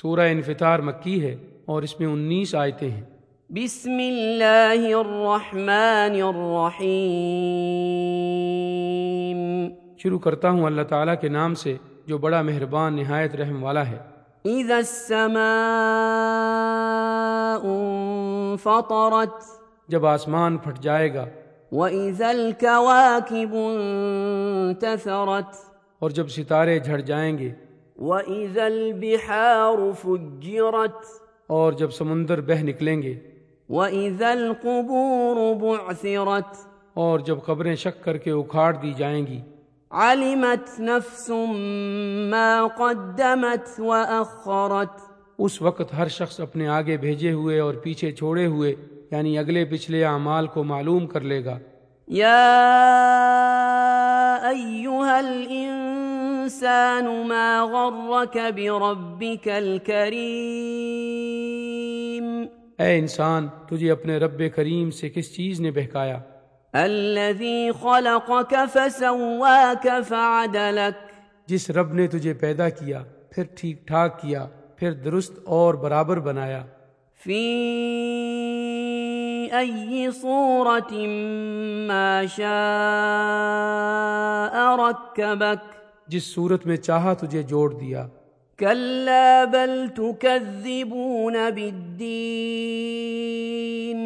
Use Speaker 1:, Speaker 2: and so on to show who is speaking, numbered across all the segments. Speaker 1: سورہ انفطار مکی ہے اور اس میں انیس آیتیں ہیں
Speaker 2: بسم الله الرحمن الرحيم
Speaker 1: شروع کرتا ہوں اللہ تعالیٰ کے نام سے جو بڑا مہربان نہایت رحم والا ہے
Speaker 2: إذا السماء انفطرت
Speaker 1: جب آسمان پھٹ جائے گا
Speaker 2: وإذا الكواكب انتثرت
Speaker 1: اور جب ستارے جھڑ جائیں گے
Speaker 2: وإذا البحار فجرت
Speaker 1: اور جب سمندر بہہ نکلیں گے
Speaker 2: وإذا القبور بعثرت
Speaker 1: اور جب قبریں شک کر کے اکھاڑ دی جائیں گی
Speaker 2: علمت نفس ما قدمت وأخرت
Speaker 1: اس وقت ہر شخص اپنے آگے بھیجے ہوئے اور پیچھے چھوڑے ہوئے یعنی اگلے پچھلے اعمال کو معلوم کر لے گا
Speaker 2: يا أيها الإنسان ما غرك بربك الكريم
Speaker 1: اے انسان تجھے اپنے رب کریم سے کس چیز نے بہکایا
Speaker 2: الذي خلقك فسواك فعدلك
Speaker 1: جس رب نے تجھے پیدا کیا پھر ٹھیک ٹھاک کیا پھر درست اور برابر بنایا
Speaker 2: في أي صورة ما شاء ركبك
Speaker 1: جس صورت میں چاہا تجھے جوڑ دیا
Speaker 2: كلا بل تكذبون بالدين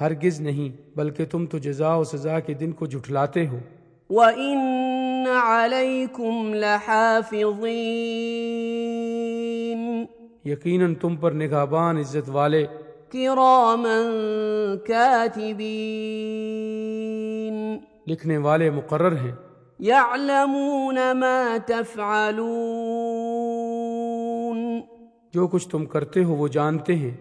Speaker 1: ہرگز نہیں بلکہ تم تو جزا و سزا کے دن کو جھٹلاتے ہو
Speaker 2: وإن عليكم لحافظين
Speaker 1: یقیناً تم پر نگہبان عزت والے
Speaker 2: كراما كاتبين
Speaker 1: لکھنے والے مقرر ہیں
Speaker 2: يعلمون ما تفعلون
Speaker 1: جو کچھ تم کرتے ہو وہ جانتے ہیں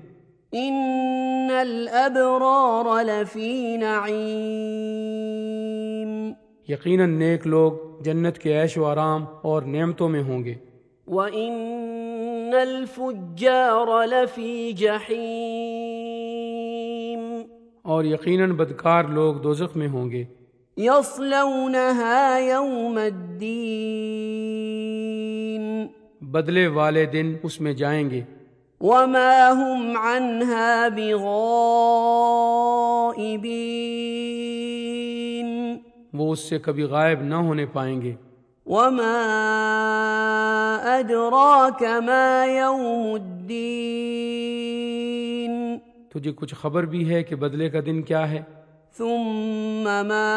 Speaker 2: إن الأبرار لفي نعيم
Speaker 1: یقیناً نیک لوگ جنت کے عیش و آرام اور نعمتوں میں ہوں گے
Speaker 2: وإن الفجار لفي جحيم
Speaker 1: اور یقیناً بدکار لوگ دوزخ میں ہوں گے
Speaker 2: يصلونها يوم الدين
Speaker 1: بدلے والے دن اس میں جائیں گے
Speaker 2: وما هم عنها بغائبين
Speaker 1: وہ اس سے کبھی غائب نہ ہونے پائیں گے
Speaker 2: وما أدراك ما يوم الدين
Speaker 1: تجھے کچھ خبر بھی ہے کہ بدلے کا دن کیا ہے
Speaker 2: ثم ما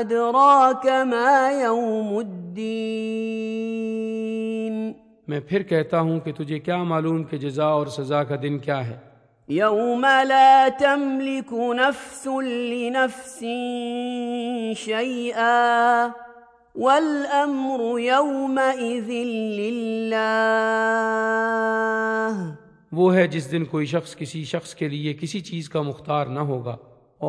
Speaker 2: أدراك ما يوم الدين
Speaker 1: میں پھر کہتا ہوں کہ تجھے کیا معلوم کہ جزا اور سزا کا دن کیا ہے
Speaker 2: يوم لا تملك نفس لنفس شيئا والأمر يومئذ لله
Speaker 1: وہ ہے جس دن کوئی شخص کسی شخص کے لیے کسی چیز کا مختار نہ ہوگا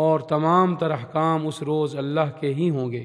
Speaker 1: اور تمام تر احکام اس روز اللہ کے ہی ہوں گے